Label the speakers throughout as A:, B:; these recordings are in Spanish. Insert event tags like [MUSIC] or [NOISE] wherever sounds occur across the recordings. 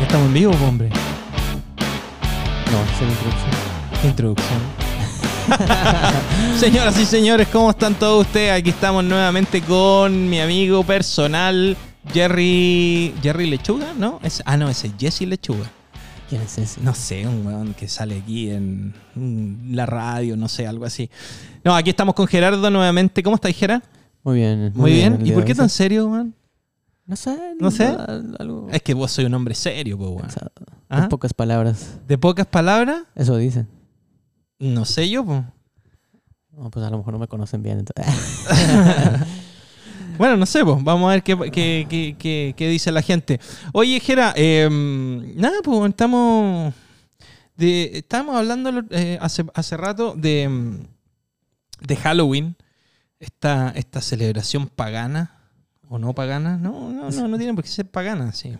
A: estamos en
B: pues,
A: vivo, hombre. No, esa es la introducción.
B: [LAUGHS]
A: Introducción.
B: Señoras y señores, ¿cómo están todos ustedes? Aquí estamos nuevamente con mi amigo personal, Jerry. ¿Jerry Lechuga? ¿No? Es- ah, no, ese es Jesse Lechuga.
A: ¿Quién es ese?
B: No sé, un weón que sale aquí en mm, la radio, no sé, algo así. No, aquí estamos con Gerardo nuevamente. ¿Cómo estás, Gerardo?
A: Muy bien.
B: Muy bien.
A: el
B: ¿Y
A: día
B: por
A: de
B: qué
A: hoy.
B: tan serio, weón?
A: No sé.
B: No sé.
A: al- Algo
B: Es que vos soy un hombre serio, pues, weón.
A: cansado.
B: ¿Ah?
A: En pocas palabras.
B: ¿De pocas palabras?
A: Eso dicen.
B: No sé yo, pues.
A: No, pues a lo mejor no me conocen bien. entonces-
B: Bueno, no sé, pues vamos a ver qué, qué- qué- qué- qué dice la gente. Oye, Jera, em, nada, pues estamos, de, estábamos hablando lo- eh, hace, hace rato de, em, de Halloween, esta, esta celebración pagana o no pagana, no, no, no, no tiene por qué ser pagana, sí.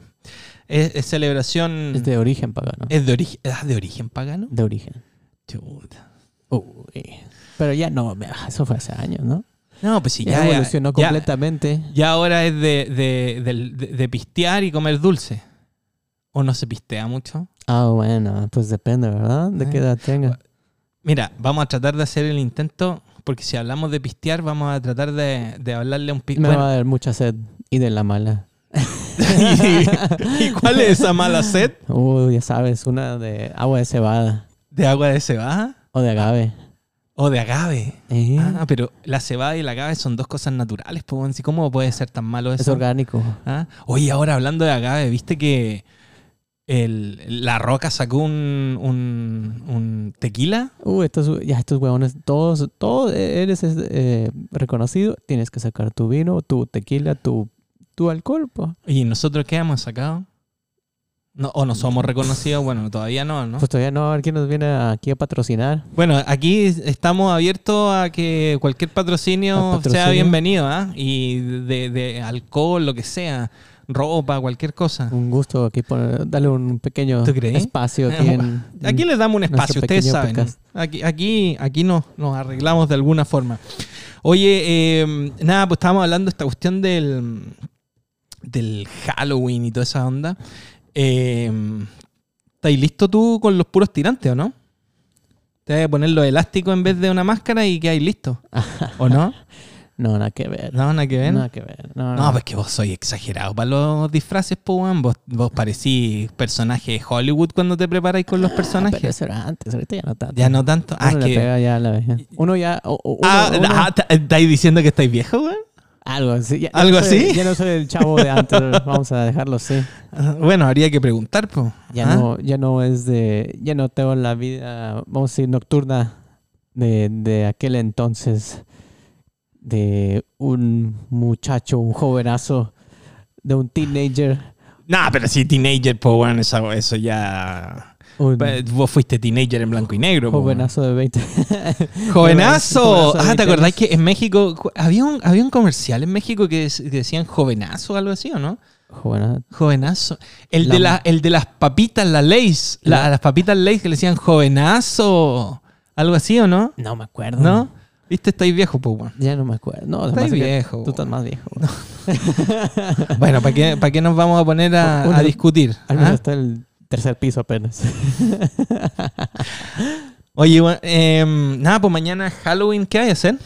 B: Es, es celebración...
A: [LAUGHS] es de origen pagano.
B: ¿Es de, origen, ah, de origen pagano?
A: De origen.
B: Chuta.
A: Uy. Pero ya no, me- ah, eso fue hace años, ¿no?
B: No, pues sí,
A: Ya,
B: ya, ya-
A: evolucionó
B: ya-
A: completamente.
B: Ya ahora es de, de, del- de- de pistear y comer dulce. ¿O no se pistea mucho?
A: Ah, bueno, pues depende, ¿verdad? De qué
B: Eh.
A: edad tenga.
B: Mira, vamos a tratar de hacer el intento, porque si hablamos de pistear, vamos a tratar de, de hablarle a un
A: Me va
B: pisteador.
A: a dar mucha sed y de la mala.
B: [LAUGHS] ¿Y, y cuál es esa mala sed?
A: Uh, ya sabes, una de agua de cebada
B: ¿De agua de cebada
A: o de agave.
B: o de agave?
A: Eh,
B: Ah, pero la cebada y el agave son dos cosas naturales, po, weón. Si ¿cómo puede ser tan malo
A: es
B: eso?
A: orgánico.
B: Ah, Oye, ahora hablando de agave, ¿viste que el- La Roca sacó un, un, un tequila?
A: Uh, estos, ya estos huevones, todos, todos eres eh, reconocido, tienes que sacar tu vino, tu tequila, tu, tu alcohol, po.
B: ¿Y nosotros qué hemos sacado? No, o no somos reconocidos, bueno, todavía no, ¿no?
A: Pues todavía no, a ver quién nos viene aquí a patrocinar.
B: Bueno, aquí estamos abiertos a que cualquier patrocinio,
A: Al patrocinio.
B: sea bienvenido, ¿ah? Y de, de alcohol, lo que sea, ropa, cualquier cosa.
A: Un gusto aquí poner, darle un pequeño
B: Ah. ¿Tú crees?
A: espacio aquí
B: [LAUGHS]
A: en-
B: Aquí les damos un
A: Mm. Nuestro
B: espacio, ustedes
A: pequeño
B: saben.
A: podcast.
B: Aquí, aquí, aquí nos, nos arreglamos de alguna forma. Oye, eh, nada, pues estábamos hablando de esta cuestión del, del Halloween y toda esa onda. Eh, ¿Estáis listo tú con los puros tirantes o no? Te vas a poner los elásticos en vez de una máscara y quedáis
A: [LAUGHS]
B: listo. ¿O no?
A: No, nada que ver.
B: No, nada que ver.
A: Nada que ver. No,
B: No,
A: no.
B: pues que vos sois exagerado para los disfraces, po, weón. Vos, vos parecís personaje de Hollywood cuando te preparáis con los
A: Ah,
B: personajes.
A: pero eso era antes, ahorita ya no tanto.
B: Ya no tanto. Ah,
A: Uno
B: es
A: le
B: que-
A: pega ya a la vejez. Uno ya. o- o- uno-
B: Ah,
A: uno-
B: ah, ta- ¿estáis diciendo que estáis viejo, weón?
A: Algo así. Ya, ya
B: ¿Algo
A: no soy-
B: así?
A: Ya no soy el chavo
B: [LAUGHS]
A: de antes. Vamos a dejarlo así.
B: Ah, Bueno, habría que preguntar, po.
A: Ya,
B: ¿Ah?
A: no, ya no es de. Ya no tengo la vida, vamos a decir, nocturna de, de aquel entonces. De un muchacho, un jovenazo, de un teenager.
B: Nah, pero si teenager, po, weón, esa- eso ya...
A: Un
B: Pe- Vos fuiste teenager en blanco y negro, po, weón.
A: jovenazo de 20.
B: ¡Jovenazo!
A: Jovenazo de
B: Ah, ¿te
A: 20
B: acordás
A: años.
B: que en México... cu- Había un, había un comercial en México que, des- que decían jovenazo o algo así, ¿o no?
A: Jovena-
B: Jovenazo. El,
A: La-
B: de, la- el de las papitas, las Lays. La-
A: La-
B: Las papitas Lays que le decían jovenazo. Algo así, ¿o no?
A: No me acuerdo.
B: ¿No? ¿Viste? Estáis viejo, po, weón.
A: Ya no me acuerdo. No,
B: Estás
A: además que
B: viejo,
A: Tú estás más viejo.
B: Bueno, ¿para qué, pa' qué nos vamos a poner a,
A: Uno-
B: a discutir?
A: [LAUGHS] Al menos
B: ¿Ah?
A: está el tercer piso apenas. [LAUGHS]
B: Oye, bueno, em, nada, pues mañana Halloween, ¿qué hay a hacer?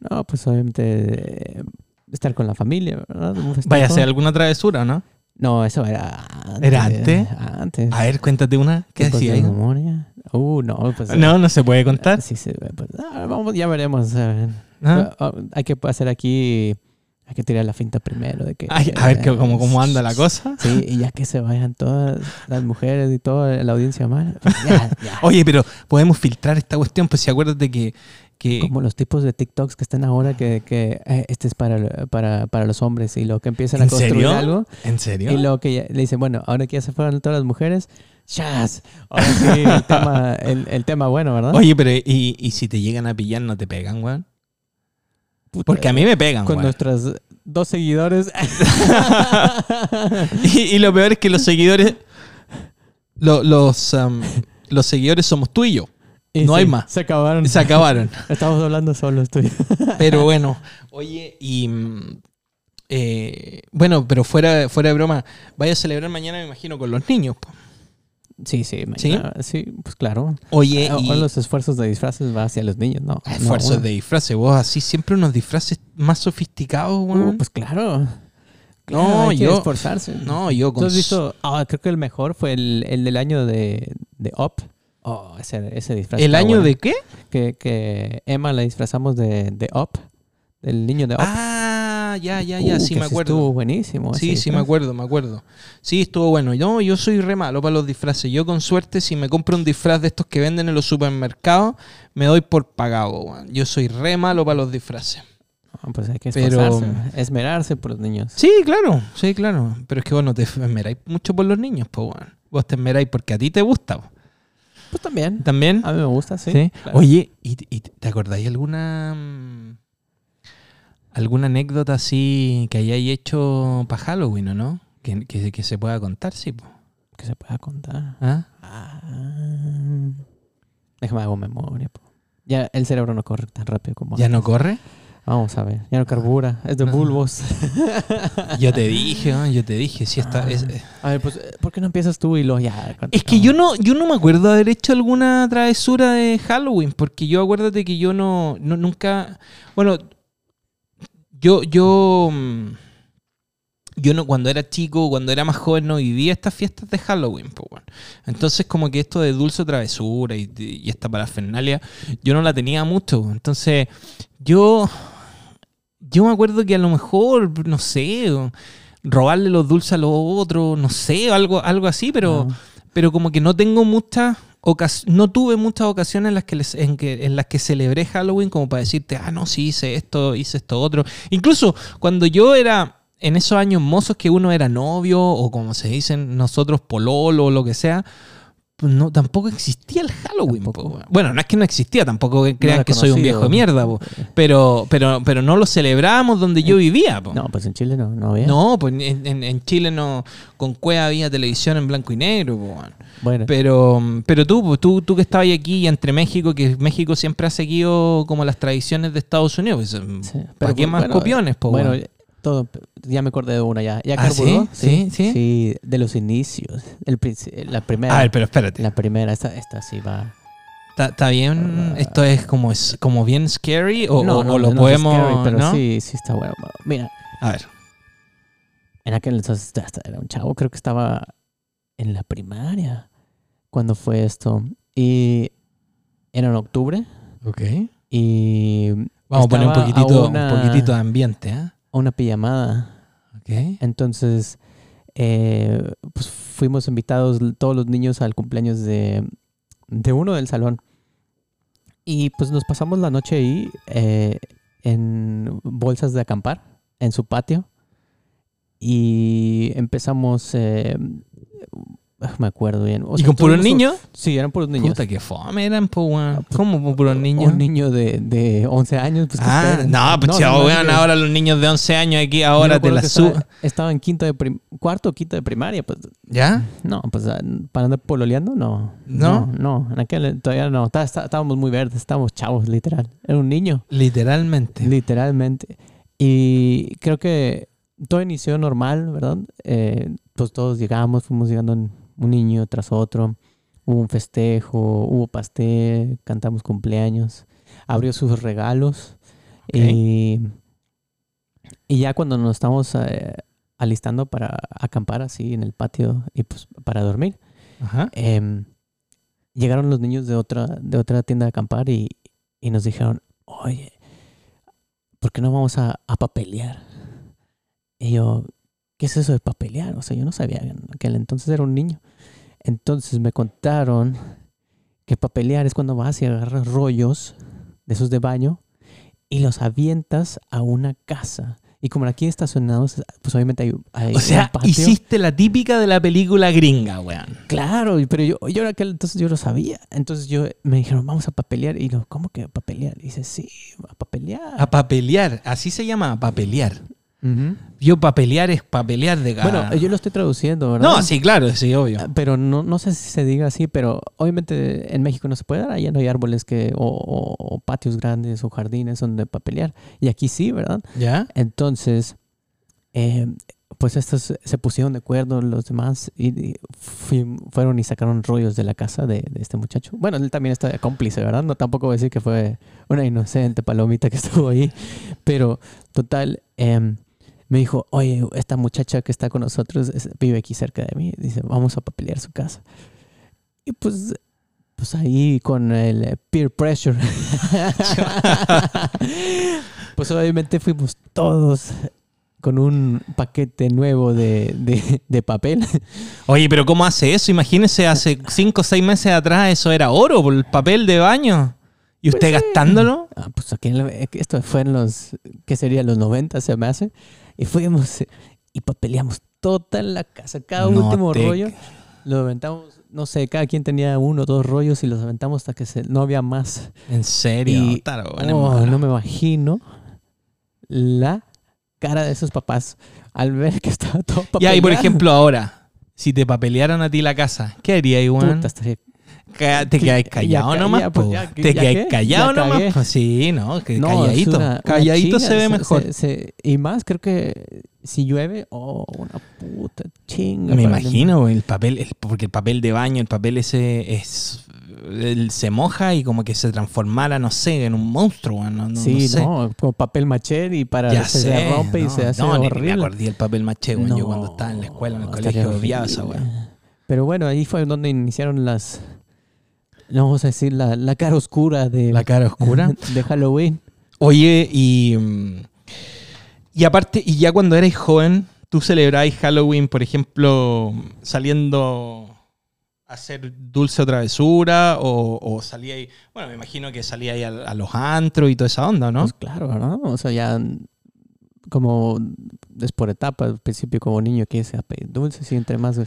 A: No, pues obviamente eh, estar con la familia, ¿verdad? Un festejo.
B: Vaya a hacer alguna travesura, ¿no?
A: No, eso era antes.
B: ¿Era antes?
A: Antes.
B: A ver, cuéntate una. ¿Qué
A: Tiempos de
B: decía ahí?
A: memoria. Uh, no, pues. eh,
B: No, no se puede contar.
A: Sí, sí, eh, pues, ah, vamos, ya veremos. eh.
B: ¿no?
A: Ah, Hay que hacer aquí. Hay que tirar la finta primero. De que,
B: Ay, a ver qué-
A: eh,
B: cómo, cómo anda la cosa.
A: Sí, y ya que se vayan todas las mujeres y toda la audiencia mala. pues,
B: [LAUGHS]
A: ya, ya.
B: Oye, pero podemos filtrar esta cuestión, pues si acuérdate que. que
A: Como los tipos de TikToks que están ahora que, que eh, este es para, para, para los hombres y lo que empiezan a
B: ¿En
A: construir
B: serio?
A: algo
B: ¿En serio?
A: y luego que ya- le dicen, bueno, ahora que ya se fueron todas las mujeres, ¡chas! Ahora sí, el tema, el, el tema bueno, ¿verdad?
B: Oye, pero ¿y, y si te llegan a pillar, no te pegan, weón?
A: Puta,
B: Porque a mí me pegan,
A: Con
B: weón. [LAUGHS]
A: nuestros dos seguidores.
B: Y, y lo peor es que los seguidores. lo- los, am, los seguidores somos tú y yo.
A: Y
B: No hay más.
A: Se acabaron.
B: Se acabaron.
A: Estamos hablando solos tú y-
B: Pero bueno, oye, y mm, eh, bueno, pero fuera, fuera de broma, vaya a celebrar mañana, me imagino, con los niños. po.
A: Sí, sí,
B: ¿Sí?
A: mañana- ¿Sí? pues claro.
B: Oye,
A: Ah,
B: y
A: o los esfuerzos de disfraces va hacia los niños, ¿no?
B: Ah, esfuerzos
A: no,
B: de disfraces, vos así siempre unos disfraces más sofisticados,
A: bueno.
B: weón.
A: Uh, pues claro.
B: No,
A: hay que
B: Mm. yo-
A: esforzarse.
B: no, yo
A: pues, ¿Tú
B: con
A: has visto? Ah, creo que el mejor fue el, el del año de, de Up. Oh, ese, ese disfraz.
B: ¿El
A: está
B: año
A: bueno.
B: de qué?
A: Que, que Emma la disfrazamos de, de Up. Del niño de Up.
B: Ah, ya, ya, ya,
A: Uh,
B: sí
A: que
B: me
A: ese
B: acuerdo.
A: Estuvo buenísimo.
B: Sí,
A: ese
B: sí, me
A: disfraz.
B: acuerdo, me acuerdo. Sí, estuvo bueno. No, yo soy re malo para los disfraces. Yo con suerte, si me compro un disfraz de estos que venden en los supermercados, me doy por pagado, weón. Yo soy re malo para los disfraces.
A: Ah, Pues hay que
B: Pero- mm,
A: esforzarse. Esmerarse por los niños.
B: Sí, claro, sí, claro. Pero es que vos no te esmeráis mucho por los niños, pues, weón. Vos te esmeráis porque a ti te gusta, po.
A: Pues también.
B: ¿También?
A: A mí me gusta, sí.
B: Sí.
A: claro.
B: Oye, ¿y, y te acordáis alguna mm, alguna anécdota así que hayáis hecho para Halloween o no? Que, que- que se pueda contar, sí. po.
A: Que se pueda contar.
B: ¿Ah?
A: Ah, déjame hago memoria. po. Ya el cerebro no corre tan rápido como
B: ¿Ya
A: antes.
B: no
A: [LAUGHS]
B: corre?
A: Vamos a ver. Ya no carbura. Es de
B: No. [LAUGHS]
A: bulbos.
B: Yo te dije, ¿no? yo te dije, sí
A: Ah.
B: está. Es,
A: A ver,
B: eh,
A: pues, ¿por qué no empiezas tú y luego ya?
B: es que yo no, yo no me acuerdo haber hecho alguna travesura de Halloween, porque yo acuérdate que yo no, no- nunca, bueno, yo, yo, mm, yo no, cuando era chico, cuando era más joven, no vivía estas fiestas de Halloween, po, weón. Entonces, como que esto de dulce o travesura y, y esta parafernalia, yo no la tenía mucho. Entonces, yo. Yo me acuerdo que a lo mejor, no sé, o robarle los dulces a los otros, no sé, algo, algo así, pero,
A: Ah.
B: pero como que no tengo muchas ocas- no tuve muchas ocasiones en las que, les- en que en las que celebré Halloween como para decirte, ah, no, sí, hice esto, hice esto otro. Incluso cuando yo era en esos años mozos que uno era novio o como se dicen nosotros pololo o lo que sea, pues no, tampoco existía el Halloween.
A: Tampoco.
B: po, weón. Bueno, no es que no existía, tampoco que crean
A: era
B: que soy un
A: conocido.
B: viejo de mierda, po. pero, pero, pero no lo celebrábamos donde yo vivía. po.
A: Eh, No, pues en Chile no, no había.
B: No, pues en, en- en Chile no, con cueva había televisión en blanco y negro, po, weón.
A: Bueno,
B: Pero, pero tú, pues, tú, tú que estabas aquí y entre México, que México siempre ha seguido como las tradiciones de Estados Unidos. pues,
A: sí.
B: ¿Para
A: Pero,
B: qué más
A: bueno,
B: copiones, po,
A: Bueno,
B: weón?
A: todo, ya me acordé de una ya. ¿Ya
B: ¿Ah,
A: carburó?
B: sí? ¿Sí? ¿Sí?
A: Sí, de los inicios. El, princi- la primera.
B: A ver, pero espérate.
A: La primera, esta, esta sí va.
B: ¿Está está
A: Ah.
B: bien? ¿Esto es como, es como bien scary o, o- o lo
A: es
B: podemos...?
A: scary, pero
B: ¿no?
A: sí, sí está bueno. Mira,
B: A ver.
A: en aquel entonces ya hasta era un chavo, creo que estaba en la primaria cuando fue esto. Y era en octubre
B: Ok.
A: y
B: Vamos a poner un
A: Estaba a
B: poquitito,
A: una-
B: un poquitito de ambiente, ¿eh?
A: una pijamada.
B: Ok.
A: Entonces, eh, pues fuimos invitados l- todos los niños al cumpleaños de, de uno del salón. Y pues nos pasamos la noche ahí eh, en bolsas de acampar, en su patio. Y empezamos, eh, ah, me acuerdo bien. O
B: ¿Y
A: sea,
B: con puros
A: tuvimos un-
B: niños?
A: Sí, eran puros niños. Ah,
B: Puta,
A: pues,
B: que fome eran, po, weón. ¿Cómo con puros niños?
A: Un niño de, de 11 años. Pues, ¿qué
B: Ah,
A: esperan?
B: no, pues chavo,
A: no,
B: weón,
A: que-
B: ahora los niños de 11 años aquí,
A: yo me
B: ahora te
A: acuerdo
B: la
A: que
B: suben.
A: Estaba, estaba en quinto de prim- cuarto o quinto de primaria, pues
B: ¿Ya?
A: No, pues ah, para andar pololeando, no.
B: ¿No?
A: No, no, en aquel todavía no. Tá- tá- Estábamos muy verdes, estábamos chavos, literal. Era un niño,
B: Literalmente.
A: literalmente. Y creo que todo inició normal, ¿verdad? Eh, pues todos llegamos, fuimos llegando en- un niño tras otro. Hubo un festejo, hubo pastel, cantamos cumpleaños. Abrió sus regalos.
B: Ok.
A: Y, y ya cuando nos estamos eh, alistando para acampar así en el patio y pues para dormir
B: Ajá.
A: em, llegaron los niños de otra, de otra tienda de acampar y, y nos dijeron, oye, ¿por qué no vamos a, a papelear? Y yo, ¿qué es eso de papelear? O sea, yo no sabía, en aquel entonces era un niño. Entonces me contaron que papelear es cuando vas y agarras rollos de esos de baño y los avientas a una casa. Y como aquí estacionados, pues obviamente hay, hay
B: O sea,
A: un patio.
B: hiciste la típica de la película gringa, weón.
A: Claro, y- pero yo, yo en aquel entonces yo lo sabía. Entonces yo me dijeron, vamos a papelear. Y yo, ¿cómo que a papelear? Y dice, sí, a papelear.
B: A papelear, así se llama, a papelear.
A: Ujú.
B: Yo papelear es papelear de gana.
A: Bueno, yo lo estoy traduciendo, ¿verdad?
B: Ah. No, sí, claro, sí, obvio.
A: Ah, Pero no, no sé si se diga así, pero obviamente en México no se puede dar. Allá no hay árboles que, o, o- o patios grandes o jardines donde papelear. Y aquí sí, ¿verdad?
B: ¿Ya?
A: Entonces eh, pues estos se pusieron de acuerdo los demás y, y fui- fueron y sacaron rollos de la casa de, de este muchacho. Bueno, él también está cómplice, ¿verdad? No, tampoco voy a decir que fue una inocente palomita que [LAUGHS] estuvo ahí, pero total, em, me dijo, oye, esta muchacha que está con nosotros es- vive aquí cerca de mí, dice, vamos a papelear su casa. Y pues, pues ahí con el eh, peer pressure. [LAUGHS] pues obviamente fuimos todos con un paquete nuevo de, de- de papel. [LAUGHS]
B: Oye, pero ¿cómo hace eso? Imagínense, hace 5 o 6 meses atrás eso era oro por el papel de baño. ¿Y usted gastándolo?
A: Ah, pues aquí en la- esto fue en los, ¿qué sería? Los 90 se me hace. Y fuimos eh, y papeleamos toda la casa, cada
B: No
A: último
B: te-
A: rollo. Lo aventamos, no sé, cada quien tenía uno o dos rollos y los aventamos hasta que se- no había más.
B: En serio.
A: Y-
B: Tarabón, es
A: Oh,
B: malo.
A: no me imagino la cara de esos papás al ver que estaba todo
B: Ya,
A: papeleado.
B: y por ejemplo, ahora, si te papelearan a ti la casa, ¿qué harías, weón?
A: Puta, estaría-
B: Ca- Te
A: que-
B: quedáis
A: ya
B: callado
A: ca-
B: nomás,
A: ya, pues,
B: po.
A: ya, que-
B: Te
A: ya
B: quedáis
A: qué,
B: callado
A: ya
B: nomás.
A: cagué.
B: pues, sí, no, que
A: No, es
B: calladito.
A: una- una
B: calladito
A: chinga,
B: se ve mejor.
A: se- se- y más, creo que si llueve, oh, una puta chinga.
B: Me
A: para lim-
B: imagino, güey, el papel, el- porque el papel de baño, el papel ese es el- se moja y como que se transformara, no sé, en un monstruo, güey, no, no,
A: sí,
B: no sé.
A: no, como papel maché y para
B: Ya
A: se
B: sé,
A: rompe y
B: no,
A: se hace
B: no, ni- Ni me
A: horrible.
B: acordé del papel maché, güey, yo
A: No,
B: cuando estaba en la escuela, en el
A: estaría
B: colegio, odiaba esa
A: horrible.
B: weá.
A: Pero bueno, ahí fue donde iniciaron las, no vamos a decir, la, la cara oscura de,
B: La cara oscura.
A: [LAUGHS] de Halloween.
B: Oye, y. mm, Y aparte, y ya cuando eres joven, tú celebráis Halloween, por ejemplo, saliendo a hacer dulce o travesura, o, o salíais. Bueno, me imagino que salíais a, a los antros y toda esa onda, ¿no?
A: Pues claro, ¿no? O sea, ya mm, como es por etapas, al principio como niño quieres a pedir dulces y entre más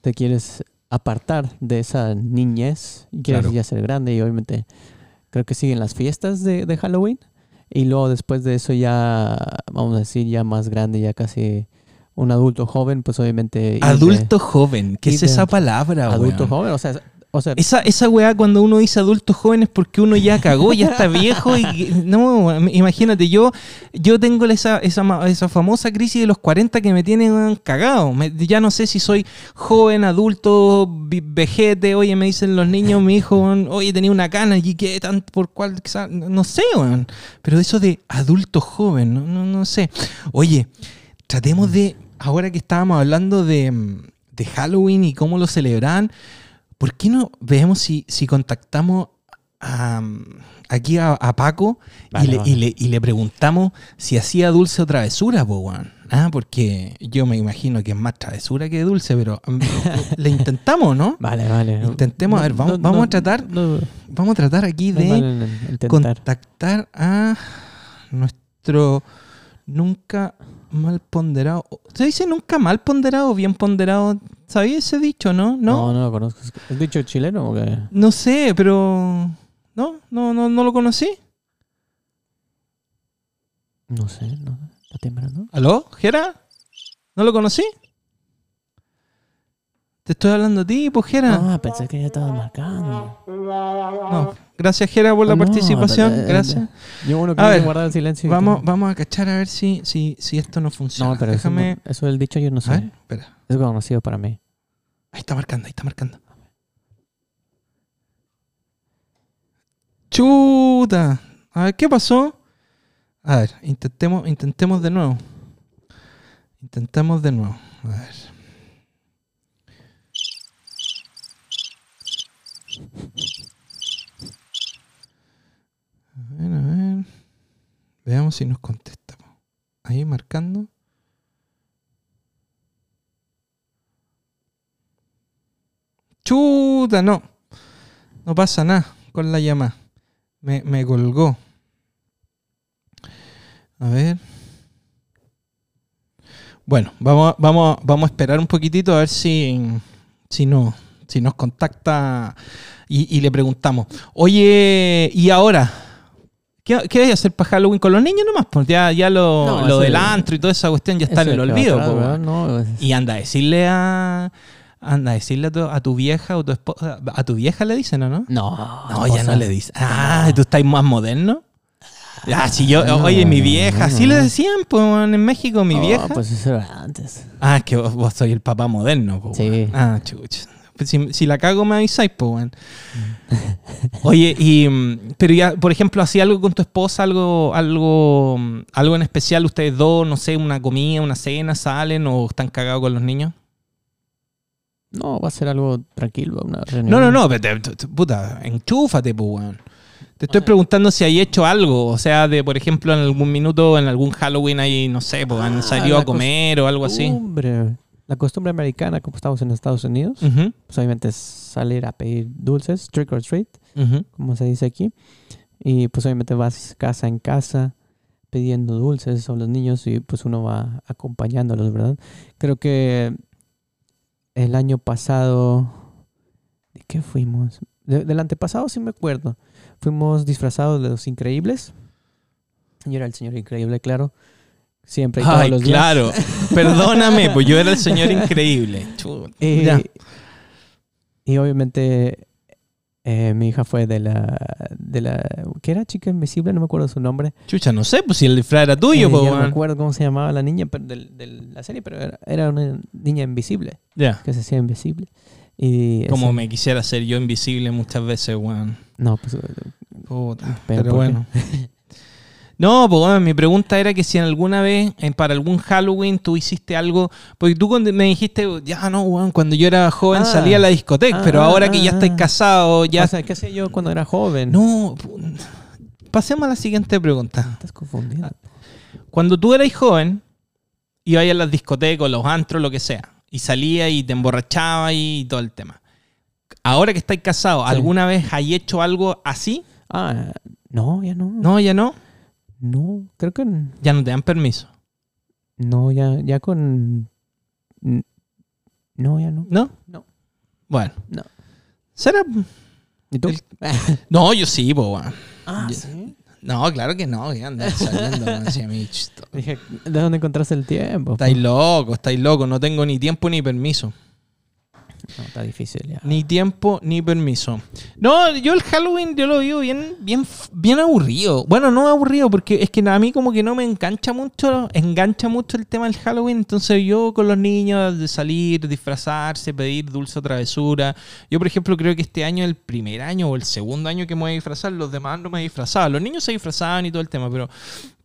A: te quieres apartar de esa niñez y quieres
B: Claro.
A: ya ser grande y obviamente creo que siguen las fiestas de, de Halloween y luego después de eso ya, vamos a decir, ya más grande, ya casi un adulto joven, pues obviamente... ir de-
B: adulto joven, ¿qué
A: y
B: es
A: de-
B: esa palabra,
A: Adulto
B: weón?
A: joven, o sea... O sea
B: Esa, esa weá, cuando uno dice adulto joven es porque uno ya cagó, ya está viejo. y No, imagínate, yo, yo tengo esa, esa, ma- esa famosa crisis de los 40 que me tienen weón, cagado. Me- ya no sé si soy joven, adulto, vi- vejete. Oye, me dicen los niños, mi hijo, weón, oye, tenía una cana y qué tanto, por cuál, quizá- no sé, weón. Pero eso de adulto joven, no, no, no sé. Oye,
A: Mm.
B: tratemos de, ahora que estábamos hablando de, mm, de Halloween y cómo lo celebraban, ¿por qué no vemos si, si contactamos a, mm, aquí a, a Paco
A: Vale,
B: y, le,
A: vale.
B: y le- y le preguntamos si hacía dulce o travesura, po, weón? Ah, porque yo me imagino que es más travesura que dulce, pero mm, [LAUGHS] le intentamos, ¿no?
A: Vale, vale.
B: Intentemos, a ver, vamos- vamos a tratar
A: no-
B: Vamos a tratar aquí
A: no
B: de
A: vale intentar.
B: contactar a nuestro nunca mal ponderado. ¿Se dice nunca mal ponderado o bien ponderado? ¿Sabía ese dicho, no? No,
A: No,
B: no,
A: no lo conozco. ¿Es dicho chileno o qué?
B: sé, pero. No, no, no, no lo conocí.
A: No sé, no. Está temblando.
B: ¿Aló, Jera? ¿No lo conocí? Te estoy hablando a ti, pues Jera.
A: Ah, pensé que ya estaba marcando.
B: No. Gracias, Jera, por la
A: Ah, No,
B: participación.
A: pero- eh,
B: Gracias.
A: Yo uno
B: A
A: que
B: ver,
A: guardar el silencio. y
B: Vamos,
A: todo.
B: vamos a cachar a ver si, si, si esto no funciona.
A: No, pero eso
B: Déjame.
A: no- eso del dicho yo no
B: A ver,
A: sé.
B: espera.
A: Es conocido para mí.
B: Ahí está marcando, ahí está marcando. Chuta. A ver, ¿qué pasó? A ver, intentemos, intentemos de nuevo. Intentemos de nuevo. A ver. A ver, a ver. Veamos si nos contesta. po. Ahí marcando. Chuta, no. No pasa nada con la llamada. Me, me colgó. A ver. Bueno, vamos, a- vamos, a- vamos a esperar un poquitito a ver si, si, no, si nos contacta y, y le preguntamos. Oye, ¿y ahora? ¿Qué, qué vais a hacer para Halloween con los niños nomás? Pues ya, ya lo,
A: No,
B: lo
A: eso-
B: del antro y toda esa cuestión ya está en
A: Eso
B: el
A: de que
B: olvido.
A: atrás,
B: po,
A: ¿verdad?
B: weón.
A: No, pues, es-
B: Y anda a decirle a. Anda a decirle a tu, a tu vieja o tu esposa. A tu vieja le Ah, dicen, ¿o no?
A: no, pues,
B: No, ya no le dicen. Ah, tú estás más moderno. Ah, sí, yo,
A: No,
B: oye, mi vieja, sí le
A: no.
B: decían, pues, en México, mi
A: Oh,
B: vieja.
A: Pues eso era antes.
B: Ah, es que vos, vos soy el papá moderno, po,
A: Sí.
B: weón. Ah, chucha. Pues Si, si la cago me avisáis, po, weón. [LAUGHS] Oye, y, mm, pero ya, por ejemplo, ¿hacía algo con tu esposa? ¿Algo algo, mm, algo en especial ustedes dos? No sé, una comida, una cena, salen o están cagados con los niños?
A: No, va a ser algo tranquilo, una reunión.
B: No, no, no, pero te- te- te- puta, enchúfate, po, weón. Te estoy preguntando si hay hecho algo, o sea, de por ejemplo en algún minuto, en algún Halloween ahí, no sé, pues han
A: Ah,
B: salido
A: la Uh.
B: a comer o algo así.
A: Hombre, la costumbre americana, como estamos en Estados Unidos,
B: Ujú,
A: pues obviamente es salir a pedir dulces, trick or treat,
B: ujú.
A: como se dice aquí. Y pues obviamente vas casa en casa pidiendo dulces a los niños y pues uno va acompañándolos, ¿verdad? Creo que el año pasado, ¿de qué fuimos? De- del antepasado sí me acuerdo. Fuimos disfrazados de los increíbles. Yo era el señor increíble, claro. Siempre y todos
B: Ay,
A: los días.
B: claro.
A: [LAUGHS]
B: Perdóname, pues yo era el señor increíble. Chu-
A: Y,
B: Ya.
A: y obviamente eh, mi hija fue de la, de la... ¿Qué era? Chica Invisible, no me acuerdo su nombre.
B: Chucha, no sé, pues si el disfraz era tuyo,
A: Eh,
B: pues,
A: ya no me
B: weón.
A: acuerdo cómo se llamaba la niña pero del- de, la serie, pero era, era una niña invisible,
B: Ya.
A: que se hacía invisible. Y
B: Como
A: ese-
B: me quisiera hacer yo invisible muchas veces, weón.
A: No, pues...
B: Puta, Pero,
A: Pero, ¿por qué?
B: bueno. [LAUGHS] No, pues bueno, mi pregunta era que si en alguna vez, en- para algún Halloween, tú hiciste algo. Porque tú cuando me dijiste, ya no, weón, cuando yo era joven
A: Ah.
B: salía a la discoteca,
A: Ah,
B: pero
A: ah,
B: ahora
A: ah,
B: que ya estáis
A: ah.
B: casado, ya.
A: Ya. O sea, ¿qué sé yo cuando era joven?
B: no, pu- pasemos a la siguiente pregunta.
A: Estás confundido.
B: Cuando tú eras joven, ibas a las discotecas, los antros, lo que sea, y salías y te emborrachabas y todo el tema. Ahora que estáis casados,
A: Sí.
B: ¿alguna vez hay hecho algo así?
A: Ah, no, ya no. No,
B: No, ya no.
A: creo que... n-
B: Ya no te dan permiso.
A: No, ya, ya con... n- No, ya no.
B: ¿No?
A: No.
B: Bueno.
A: No.
B: ¿Será?
A: ¿Y tú?
B: El- No, yo sí, po, weón.
A: [LAUGHS] Ah,
B: Ya-
A: ¿sí?
B: No, claro que no, que andan saliendo, weón, si a mí, ch, to-
A: Dije, ¿de dónde encontraste el tiempo?
B: Estáis locos, estáis locos, no tengo ni tiempo ni permiso.
A: No, está difícil ya.
B: Ni tiempo ni permiso. No, yo el Halloween yo lo vivo bien, bien, f- bien aburrido. Bueno, no aburrido, porque es que a mí como que no me engancha mucho, engancha mucho el tema del Halloween. Entonces yo con los niños de salir, disfrazarse, pedir dulce o travesura. Yo, por ejemplo, creo que este año es el primer año o el segundo año que me voy a disfrazar. Los demás no me disfrazaba. Los niños se disfrazaban y todo el tema, pero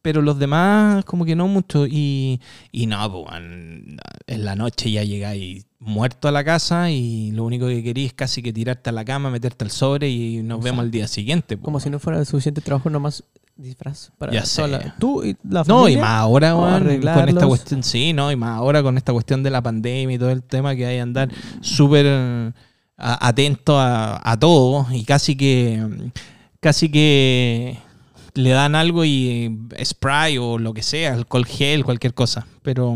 B: pero los demás como que no mucho y, y no, pues, weón, en la noche ya llegáis muerto a la casa y lo único que querís es casi que tirarte a la cama, meterte al sobre y nos vemos al día siguiente. pues,
A: Como si no fuera suficiente trabajo, nomás disfraz para
B: Ya
A: toda
B: sé.
A: la- tú y la familia.
B: No, y más ahora,
A: o
B: weón, con
A: arreglarlos.
B: esta cuestión, sí, no, y más ahora con esta cuestión de la pandemia y todo el tema que hay que andar súper eh, a- atento a, a todo y casi que casi que le dan algo y eh, spray o lo que sea, alcohol gel, cualquier cosa, pero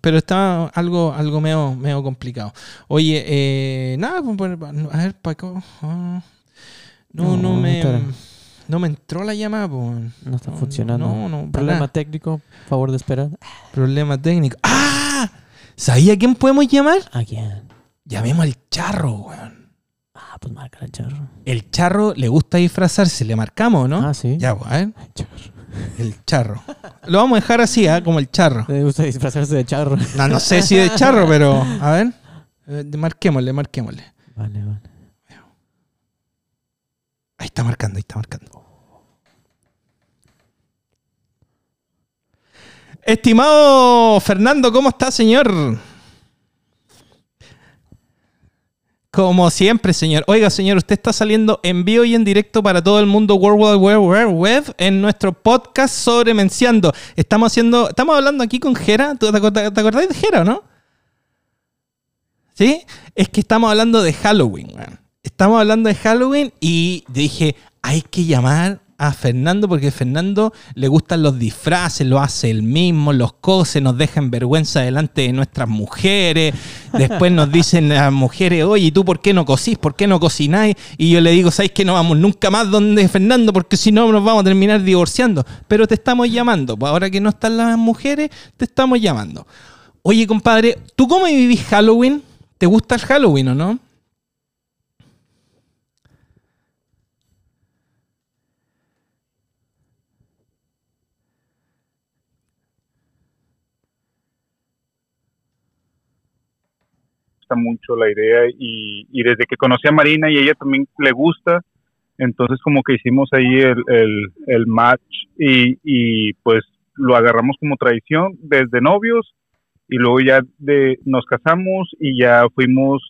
B: pero está algo algo medio, medio complicado. Oye, eh, nada, pues, bueno, a ver, Paco, ah, no, no,
A: No,
B: me
A: espera.
B: no me entró la llamada, pues. weón.
A: No está
B: No, no,
A: funcionando.
B: no, no, para
A: Problema
B: nada.
A: técnico, favor de esperar.
B: Problema técnico. ¡Ah! ¿Sabía a quién podemos llamar?
A: ¿A quién?
B: Llamemos al charro, weón.
A: Ah, pues marca el charro.
B: El charro le gusta disfrazarse, le marcamos, ¿no?
A: Ah, sí.
B: Ya, pues, a ver.
A: Charro.
B: El charro. Lo vamos a dejar así, ¿ah? Como el charro.
A: Le gusta disfrazarse de charro.
B: No, no sé si de charro, pero a ver. Eh, Marquémosle, marquémosle.
A: Vale, vale.
B: Ahí está marcando, ahí está marcando. Estimado Fernando, ¿cómo está, señor? Como siempre, señor. Oiga, señor, usted está saliendo en vivo y en directo para todo el mundo World Wide Web, Web, Web, en nuestro podcast sobre Menciando. Estamos haciendo, estamos hablando aquí con Jera. ¿Tú ¿Te acordás te acordás de Jera, o no? ¿Sí? Es que estamos hablando de Halloween, weón. Estamos hablando de Halloween y dije, hay que llamar a Fernando porque a Fernando le gustan los disfraces, lo hace él mismo, los cose, nos deja en vergüenza delante de nuestras mujeres. Después nos dicen las mujeres, oye, ¿y tú por qué no cosís? ¿Por qué no cocináis? Y yo le digo, ¿sabes que No vamos nunca más donde Fernando porque si no nos vamos a terminar divorciando. Pero te estamos llamando. Pues ahora que no están las mujeres, te estamos llamando. Oye, compadre, ¿tú cómo vivís Halloween? ¿Te gusta el Halloween o no?
C: gusta mucho la idea y, y desde que conocí a Marina y ella también le gusta, entonces como que hicimos ahí el, el, el match y, y pues lo agarramos como tradición desde novios y luego ya de, nos casamos y ya fuimos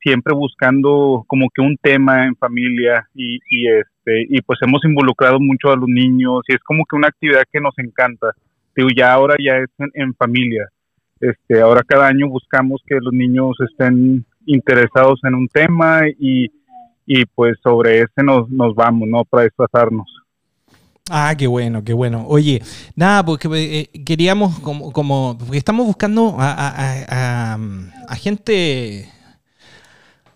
C: siempre buscando como que un tema en familia y, y este y pues hemos involucrado mucho a los niños y es como que una actividad que nos encanta digo ya ahora ya es en, en familia este ahora cada año buscamos que los niños estén interesados en un tema y, y pues sobre ese nos, nos vamos no para desplazarnos
B: Ah, qué bueno, qué bueno. Oye, nada, porque eh, queríamos, como, como porque estamos buscando a, a, a, a gente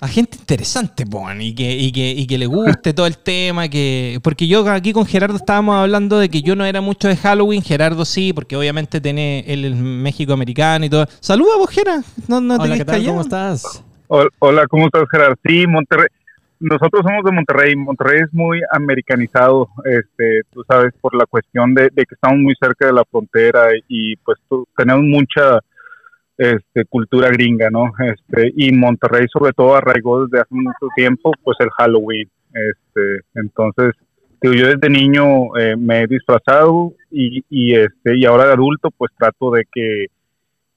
B: a gente interesante, pon, y que, y, que, y que le guste todo el tema, que porque yo aquí con Gerardo estábamos hablando de que yo no era mucho de Halloween, Gerardo sí, porque obviamente tiene el, el México americano y todo. Saluda, vos, Gerard. No, no
A: Hola,
B: tenés
A: ¿qué tal?
B: callado.
A: ¿Cómo estás?
C: Hola, ¿cómo estás, Gerard? Sí, Monterrey. Nosotros somos de Monterrey. Monterrey es muy americanizado, este, tú sabes, por la cuestión de, de que estamos muy cerca de la frontera y pues tú- tenemos mucha este, cultura gringa, ¿no? Este, y Monterrey sobre todo arraigó desde hace mucho tiempo pues el Halloween. Este, entonces, digo, yo desde niño eh, me he disfrazado y, y, este, y ahora de adulto pues trato de que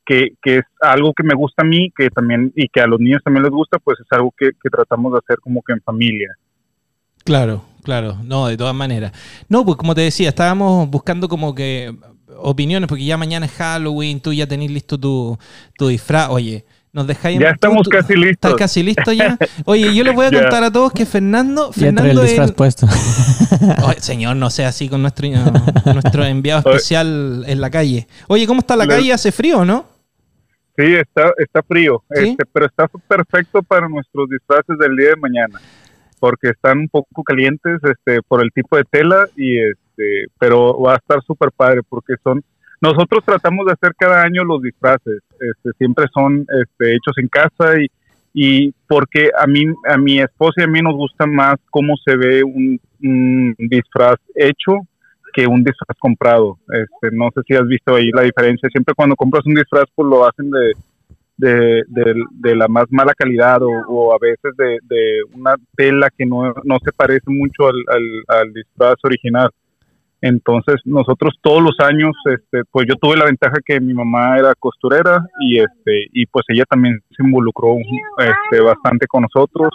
C: que, que es algo que me gusta a mí que también y que a los niños también les gusta pues es algo que, que tratamos de hacer como que en familia
B: Claro, claro, no, de todas maneras. No, pues como te decía, estábamos buscando como que opiniones, porque ya mañana es Halloween, tú ya tenés listo tu, tu disfraz. Oye, nos dejáis...
C: Ya
B: tú-
C: estamos
B: tú-
C: casi
B: ¿Estás
C: listos.
B: casi listo
C: [LAUGHS]
B: ya? Oye, yo les voy a
C: Ya.
B: contar a todos que Fernando...
A: Ya trae el
B: Fernando es-
A: disfraz puesto. [LAUGHS]
B: Ay, señor, no sea así con nuestro, nuestro enviado
C: Oye.
B: especial en la calle. Oye, ¿cómo está la
C: Le-
B: calle? ¿Hace frío, no?
C: sí está está frío
B: ¿Sí?
C: este pero está perfecto para nuestros disfraces del día de mañana porque están un poco calientes este por el tipo de tela y este pero va a estar súper padre porque son nosotros tratamos de hacer cada año los disfraces este siempre son este, hechos en casa y y porque a mí a mi esposa y a mí nos gusta más cómo se ve un, un disfraz hecho que un disfraz comprado. Este, no sé si has visto ahí la diferencia. Siempre cuando compras un disfraz, pues lo hacen de, de, de- de la más mala calidad o, o a veces de, de una tela que no, no se parece mucho al, al- al disfraz original. Entonces nosotros todos los años, este, pues yo tuve la ventaja que mi mamá era costurera y este y pues ella también se involucró este, bastante con nosotros.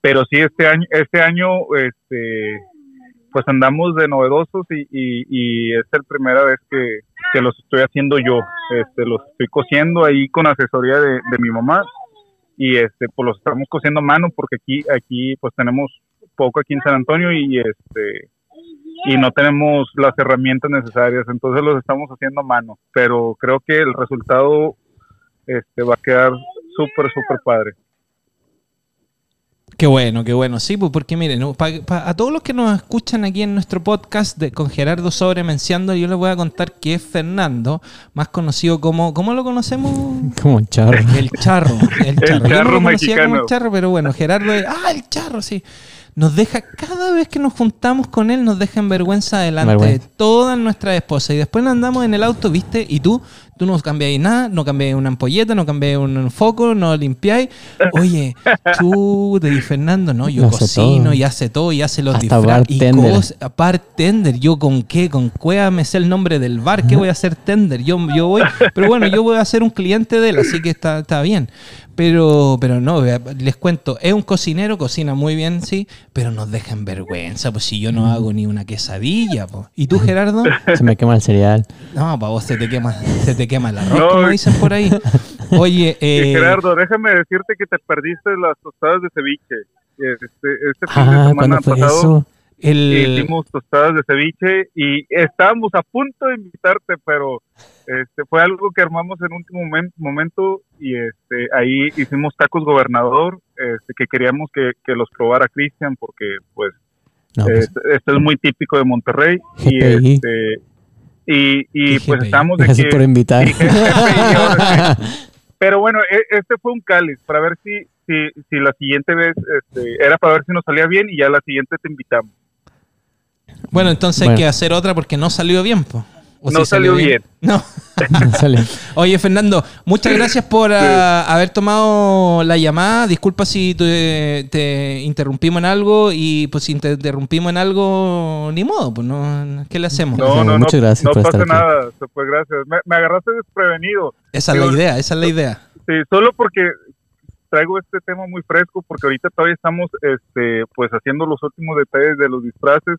C: Pero sí este año, este año, este, pues andamos de novedosos y, y, y es la primera vez que, que los estoy haciendo yo. Este, los estoy cosiendo ahí con asesoría de, de mi mamá y este, pues los estamos cosiendo a mano porque aquí, aquí pues tenemos poco aquí en San Antonio y este y no tenemos las herramientas necesarias, entonces los estamos haciendo a mano, pero creo que el resultado este va a quedar súper, súper padre.
B: Qué bueno, qué bueno. Sí, pues porque miren, ¿no? Pa- pa- a todos los que nos escuchan aquí en nuestro podcast de, con Gerardo Sobre Menciando, yo les voy a contar que es Fernando, más conocido como. ¿Cómo lo conocemos?
A: Como un charro.
B: El charro.
A: [LAUGHS]
B: El charro, Yo no
C: charro
B: lo conocía como
C: mexicano.
B: el charro, pero bueno, Gerardo es. ¡Ah, el charro! Sí. Nos deja, cada vez que nos juntamos con él, nos deja en vergüenza delante
A: Vergüenza.
B: de todas nuestras esposas. Y después andamos en el auto, ¿viste? Y tú, tú no cambiáis nada, no cambiáis una ampolleta, no cambiáis un foco, no limpiáis.
A: [LAUGHS]
B: Oye, tú, de Fernando, no, yo
A: Lo hace
B: cocino
A: todo.
B: y hace todo y hace los
A: Hasta
B: disfraz- y
A: bartender.
B: cos- a bartender, yo con qué, con cueva me sé el nombre del bar, ¿qué voy a hacer tender? Yo, yo voy, pero bueno, yo voy a ser un cliente de él, así que está, está bien. Pero, pero no, vea, les cuento, es un cocinero, cocina muy bien, sí, pero nos deja en vergüenza, pues si yo
A: Mm.
B: no hago ni una quesadilla, po. ¿Y tú,
A: [LAUGHS]
B: Gerardo?
A: Se me quema el cereal.
B: No, pa' vos se te quema, se te quema el arroz,
C: No,
B: como
C: y-
B: dicen por
A: [LAUGHS]
B: ahí. Oye, eh,
C: Y Gerardo, déjame decirte que te perdiste las tostadas de ceviche. Este, este fin de
A: Ah,
C: semana
A: ¿cuándo fue
C: pasado
A: eso?
B: el,
C: hicimos tostadas de ceviche y estábamos a punto de invitarte, pero este fue algo que armamos en último momen- momento y este ahí hicimos tacos gobernador, este, que queríamos que, que los probara Cristian porque pues
A: No, pues,
C: este, este es muy típico de Monterrey y
A: GPI.
C: este y, y
B: ¿Qué
C: pues
B: GPI?
C: estamos de
A: gracias
C: que [LAUGHS]
A: por invitar. [LAUGHS]
C: pero bueno, e- este fue un cáliz para ver si, si, si la siguiente vez este, era para ver si nos salía bien y ya la siguiente te invitamos.
B: bueno, entonces hay
A: Bueno.
B: que hacer otra porque no salió bien, po. ¿O
C: no
B: sí
C: salió bien.
B: No.
A: [LAUGHS] Sale.
B: Oye, Fernando, muchas gracias por ah, haber tomado la llamada. Disculpa si te, te interrumpimos en algo y pues si te interrumpimos en algo, ni modo, pues no, ¿qué le hacemos?
A: Ajá,
C: No, no,
A: muchas
C: no,
A: gracias
C: no
A: por
C: pasa
A: estar aquí.
C: nada, pues gracias. Me, me agarraste desprevenido.
B: Esa es la idea, esa es la idea.
C: Sí, solo porque traigo este tema muy fresco, porque ahorita todavía estamos este, pues haciendo los últimos detalles de los disfraces,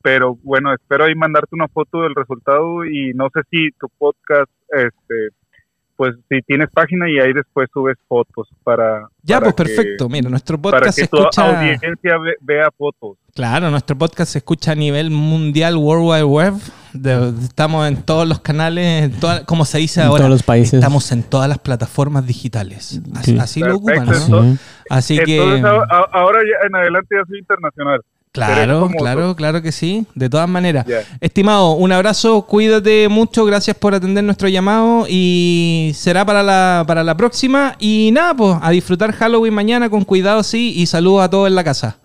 C: pero bueno, espero ahí mandarte una foto del resultado y no sé si tu podcast, este, pues si tienes página y ahí después subes fotos para...
B: Ya,
C: para
B: pues
C: que-
B: perfecto. Mira, nuestro
C: Para
B: podcast se
C: que tu
B: escucha.
C: audiencia ve- vea fotos.
B: Claro, nuestro podcast se escucha a nivel mundial, World Wide Web. De- estamos en todos los canales, en toda- como se dice
A: En
B: ahora.
A: todos los países.
B: Estamos en todas las plataformas digitales. Así,
A: Sí.
B: así lo ocupan,
C: Perfecto,
B: ¿no?
C: entonces-
A: Ah, Sí.
B: Así que,
C: Entonces a- a- ahora ya, en adelante ya soy
B: [LAUGHS]
C: internacional. seré
B: claro,
C: como
B: claro, claro que sí. De todas maneras.
C: Ya.
B: Estimado, un abrazo, cuídate mucho, gracias por atender nuestro llamado y será para la, para la próxima. Y nada, pues a disfrutar Halloween mañana con cuidado, sí, y saludos a todos en la casa.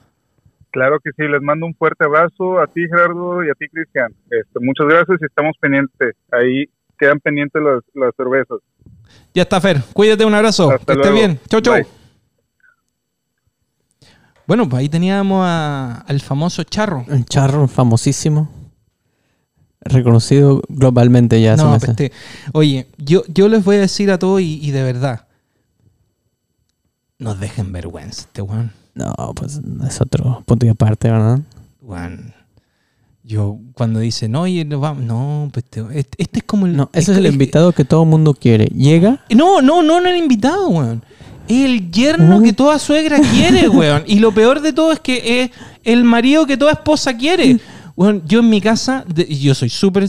C: Claro que sí, les mando un fuerte abrazo a ti Gerardo y a ti Cristian. Este, muchas gracias y estamos pendientes. Ahí quedan pendientes las, las cervezas.
B: Ya está, Fer, cuídate, un abrazo,
C: Hasta
B: que estés
C: luego.
B: bien, chau, chau.
C: Bye.
B: Bueno, pues ahí teníamos a- al famoso charro.
A: Un charro famosísimo. Reconocido globalmente ya. se
B: No, pues,
A: me hace.
B: peste. Oye, yo, yo les voy a decir a todos y, y de verdad, nos dejen vergüenza este weón.
A: no, pues es otro punto y aparte, ¿verdad?
B: Weón, Yo cuando dice, no, oye, no vamos, no, pues te- este, este es como el...
A: No, ese es el invitado que todo el mundo quiere. Llega,
B: No, no, no, no el invitado, weón. El yerno que toda suegra quiere, weón. Y lo peor de todo es que es el marido que toda esposa quiere. Weón, yo en mi casa, de- yo soy súper...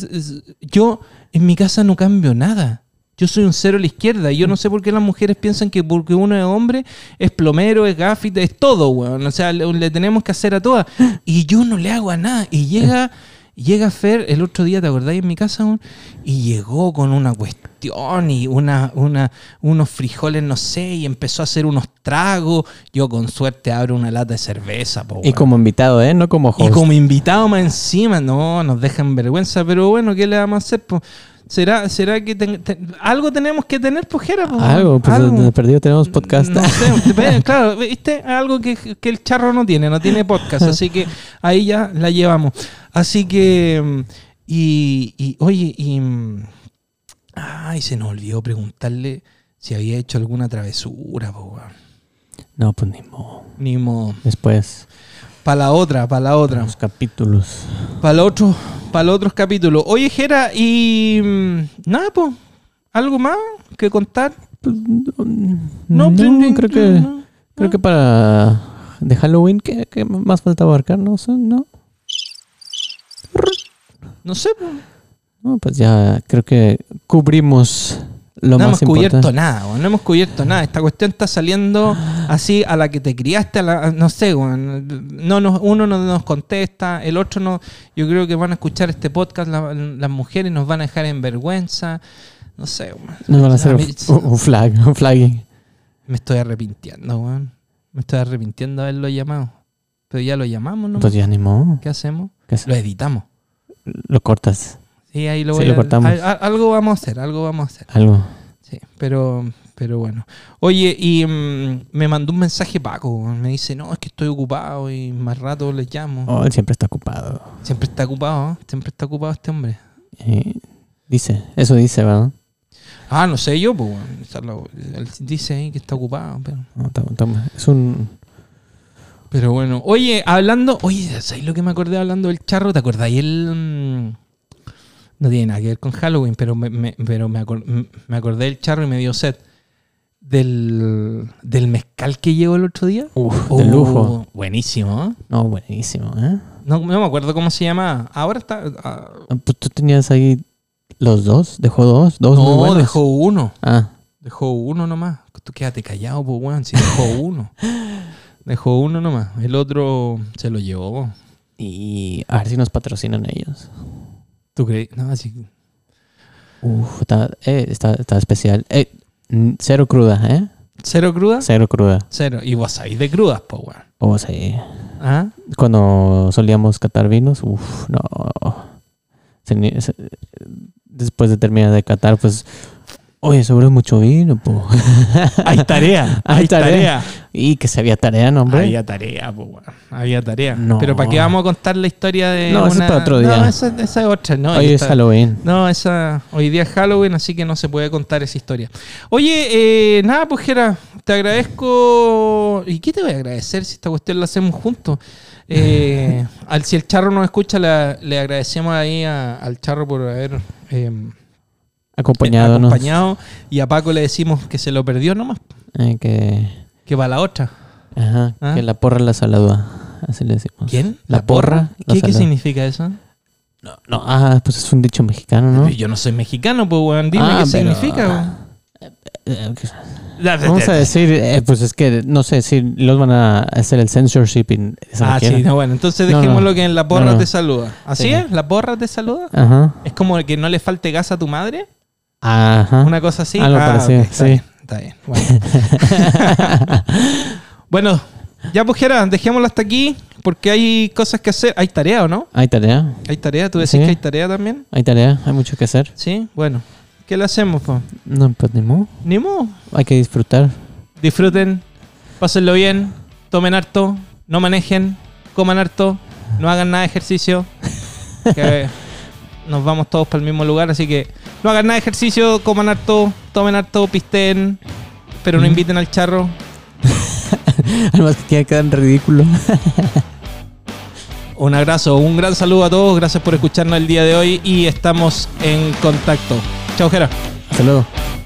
B: Yo en mi casa no cambio nada. Yo soy un cero a la izquierda. Y yo no sé por qué las mujeres piensan que porque uno es hombre es plomero, es gafita, es todo, weón. O sea, le, le tenemos que hacer a todas. Y yo no le hago a nada. Y llega... Llega Fer el otro día, ¿te acordáis? En mi casa, weón? y llegó con una cuestión y una, una, unos frijoles, no sé, y empezó a hacer unos tragos. Yo con suerte abro una lata de cerveza. po,
A: y
B: weón.
A: como invitado, ¿eh? No como
B: Oh, Y
A: host.
B: como invitado más encima, no, nos dejan vergüenza, pero bueno, ¿qué le vamos a hacer? po? ¿Será, será que ten- ten- algo tenemos que tener, pojera?
A: Algo, pues de perdido tenemos podcast.
B: no sé, ve- claro, viste, algo que, que el charro no tiene, no tiene podcast, así que ahí ya la llevamos. Así que, mm, y, y, oye, y... mm, Ay, se nos olvidó preguntarle si había hecho alguna travesura, po, weón.
A: No, pues ni modo.
B: Ni modo.
A: Después,
B: Para la otra, para la otra.
A: los capítulos.
B: Para los otros para los otros capítulos. Oye, Jera, y... mm, Nada, pues, ¿algo más que contar?
A: No,
B: pues,
A: creo que.
B: no.
A: Creo que para. De Halloween, ¿qué, qué más falta abarcar? No sé, ¿no?
B: No sé, pues.
A: No, pues ya creo que cubrimos lo
B: no
A: más
B: hemos cubierto
A: importante. Ah.
B: nada, weón, no hemos cubierto nada. Esta cuestión está saliendo así a la que te criaste, a la, no sé, weón. no nos, uno no nos contesta, el otro no. Yo creo que van a escuchar este podcast la- las mujeres, nos van a dejar en vergüenza. No sé, weón.
A: Nos van a hacer
B: mí-
A: un, un flag, un flagging.
B: Me estoy arrepintiendo, weón. Me estoy arrepintiendo de haberlo llamado. Pero ya lo llamamos, ¿no?
A: Pues ya ni modo.
B: ¿Qué hacemos?
A: ¿Qué hace?
B: Lo editamos.
A: Lo cortas,
B: Sí, ahí lo
A: Sí,
B: voy
A: lo
B: a-
A: cortamos.
B: a- a- algo vamos a hacer, algo vamos a hacer.
A: algo.
B: Sí, pero, pero bueno. Oye, y mm, me mandó un mensaje Paco. Me dice, no, es que estoy ocupado y más rato les llamo.
A: Oh, él siempre está ocupado.
B: Siempre está ocupado, ¿eh? Siempre está ocupado este hombre.
A: Eh, dice, eso dice, ¿verdad?
B: Ah, no sé yo, pues, bueno, esa es la- él dice ahí que está ocupado, pero,
A: No, está- está- es un...
B: pero bueno. Oye, hablando, oye, ¿sabes lo que me acordé hablando del charro? ¿Te acordáis el...? mm, no tiene nada que ver con Halloween, pero me, me- pero me, acor- m- me acordé del charro y me dio sed. Del, del mezcal que llegó el otro día.
A: Uf, de lujo.
B: Oh, Buenísimo, ¿eh?
A: Uh. No, buenísimo, ¿eh?
B: No, no me acuerdo cómo se llama. Ahora está. ah,
A: Ah, Pues tú tenías ahí los dos, dejó dos, dos muy
B: no,
A: buenos.
B: dejó uno.
A: Ah,
B: Dejó uno nomás. Tú quédate callado, pues, weón. Si
A: [LAUGHS]
B: dejó uno. Dejó uno nomás. El otro se lo llevó.
A: y a ver si nos patrocinan ellos.
B: ¿Tú crees? No, así.
A: Uf, está, eh, está, está especial. Eh, mm, cero cruda, ¿eh?
B: ¿Cero crudas?
A: Cero cruda. Oh,
B: Cero. Y vos sabés de crudas, pues, weón.
A: O sea,
B: ¿Ah?
A: cuando solíamos catar vinos, uff, no. Se ni- se- después de terminar de catar, pues, oye, sobró mucho vino, po. [LAUGHS]
B: Hay tarea,
A: Hay
B: hay,
A: tarea.
B: tarea.
A: y que se había tarea, ¿no, hombre.
B: Había tarea, po, weón. Había tarea.
A: No.
B: Pero ¿para qué vamos a contar la historia de
A: No,
B: una...
A: eso es para otro día.
B: No, esa, esa es otra. No,
A: Oye,
B: Yo
A: es
B: estaba-
A: Halloween.
B: No, esa, hoy día es Halloween, así que no se puede contar esa historia. Oye, eh, nada, pues Jera, te agradezco. ¿Y qué te voy a agradecer si esta cuestión la hacemos juntos?
A: [LAUGHS]
B: Eh, al, si el charro nos escucha, la- le agradecemos ahí a- al charro por haber eh,
A: Acompañándonos.
B: acompañado. Y a Paco le decimos que se lo perdió nomás,
A: Eh, que,
B: que va la otra.
A: ajá,
B: ¿Ah?
A: que la porra la saluda. Así le decimos.
B: ¿Quién?
A: La, porra. la
B: ¿Qué, qué
A: saluda.
B: significa eso?
A: No, no, ah, pues es un dicho mexicano, ¿no?
B: Yo no soy mexicano, pues, weón. Dime
A: Ah,
B: qué
A: pero-
B: significa, weón.
A: Eh, [LAUGHS] que- Vamos a decir, eh, pues es que no sé si los van a hacer el censorship. y eso
B: Ah,
A: quieren.
B: sí, no, bueno, entonces
A: No,
B: dejémoslo
A: no.
B: que en la porra
A: No, no.
B: te saluda. ¿Así
A: Sí.
B: es? ¿La porra te saluda?
A: Ajá.
B: ¿Es como que no le falte gas a tu madre?
A: Ajá.
B: ¿Una cosa así?
A: Ah.
B: Ah,
A: Algo parecido,
B: ok, está
A: sí.
B: bien, está bien, bueno.
A: [LAUGHS]
B: Bueno, ya pues, Jera, dejémoslo hasta aquí porque hay cosas que hacer. ¿Hay tarea o no?
A: hay tarea,
B: ¿Hay tarea? ¿Tú decís
A: Sí.
B: que hay tarea también?
A: hay tarea, hay mucho que hacer.
B: Sí, bueno. ¿Qué le hacemos, po?
A: No, pues ni modo.
B: Ni modo.
A: Hay que disfrutar.
B: Disfruten, pásenlo bien, tomen harto, no manejen, coman harto, no hagan nada de ejercicio. Que nos vamos todos para el mismo lugar, así que no hagan nada de ejercicio, coman harto, tomen harto, pisten, pero no
A: Mm.
B: inviten al charro.
A: [LAUGHS] Además que tiene que quedar en ridículo.
B: Un abrazo, un gran saludo a todos, gracias por escucharnos el día de hoy y estamos en contacto. Chao, Jera.
A: Hasta luego.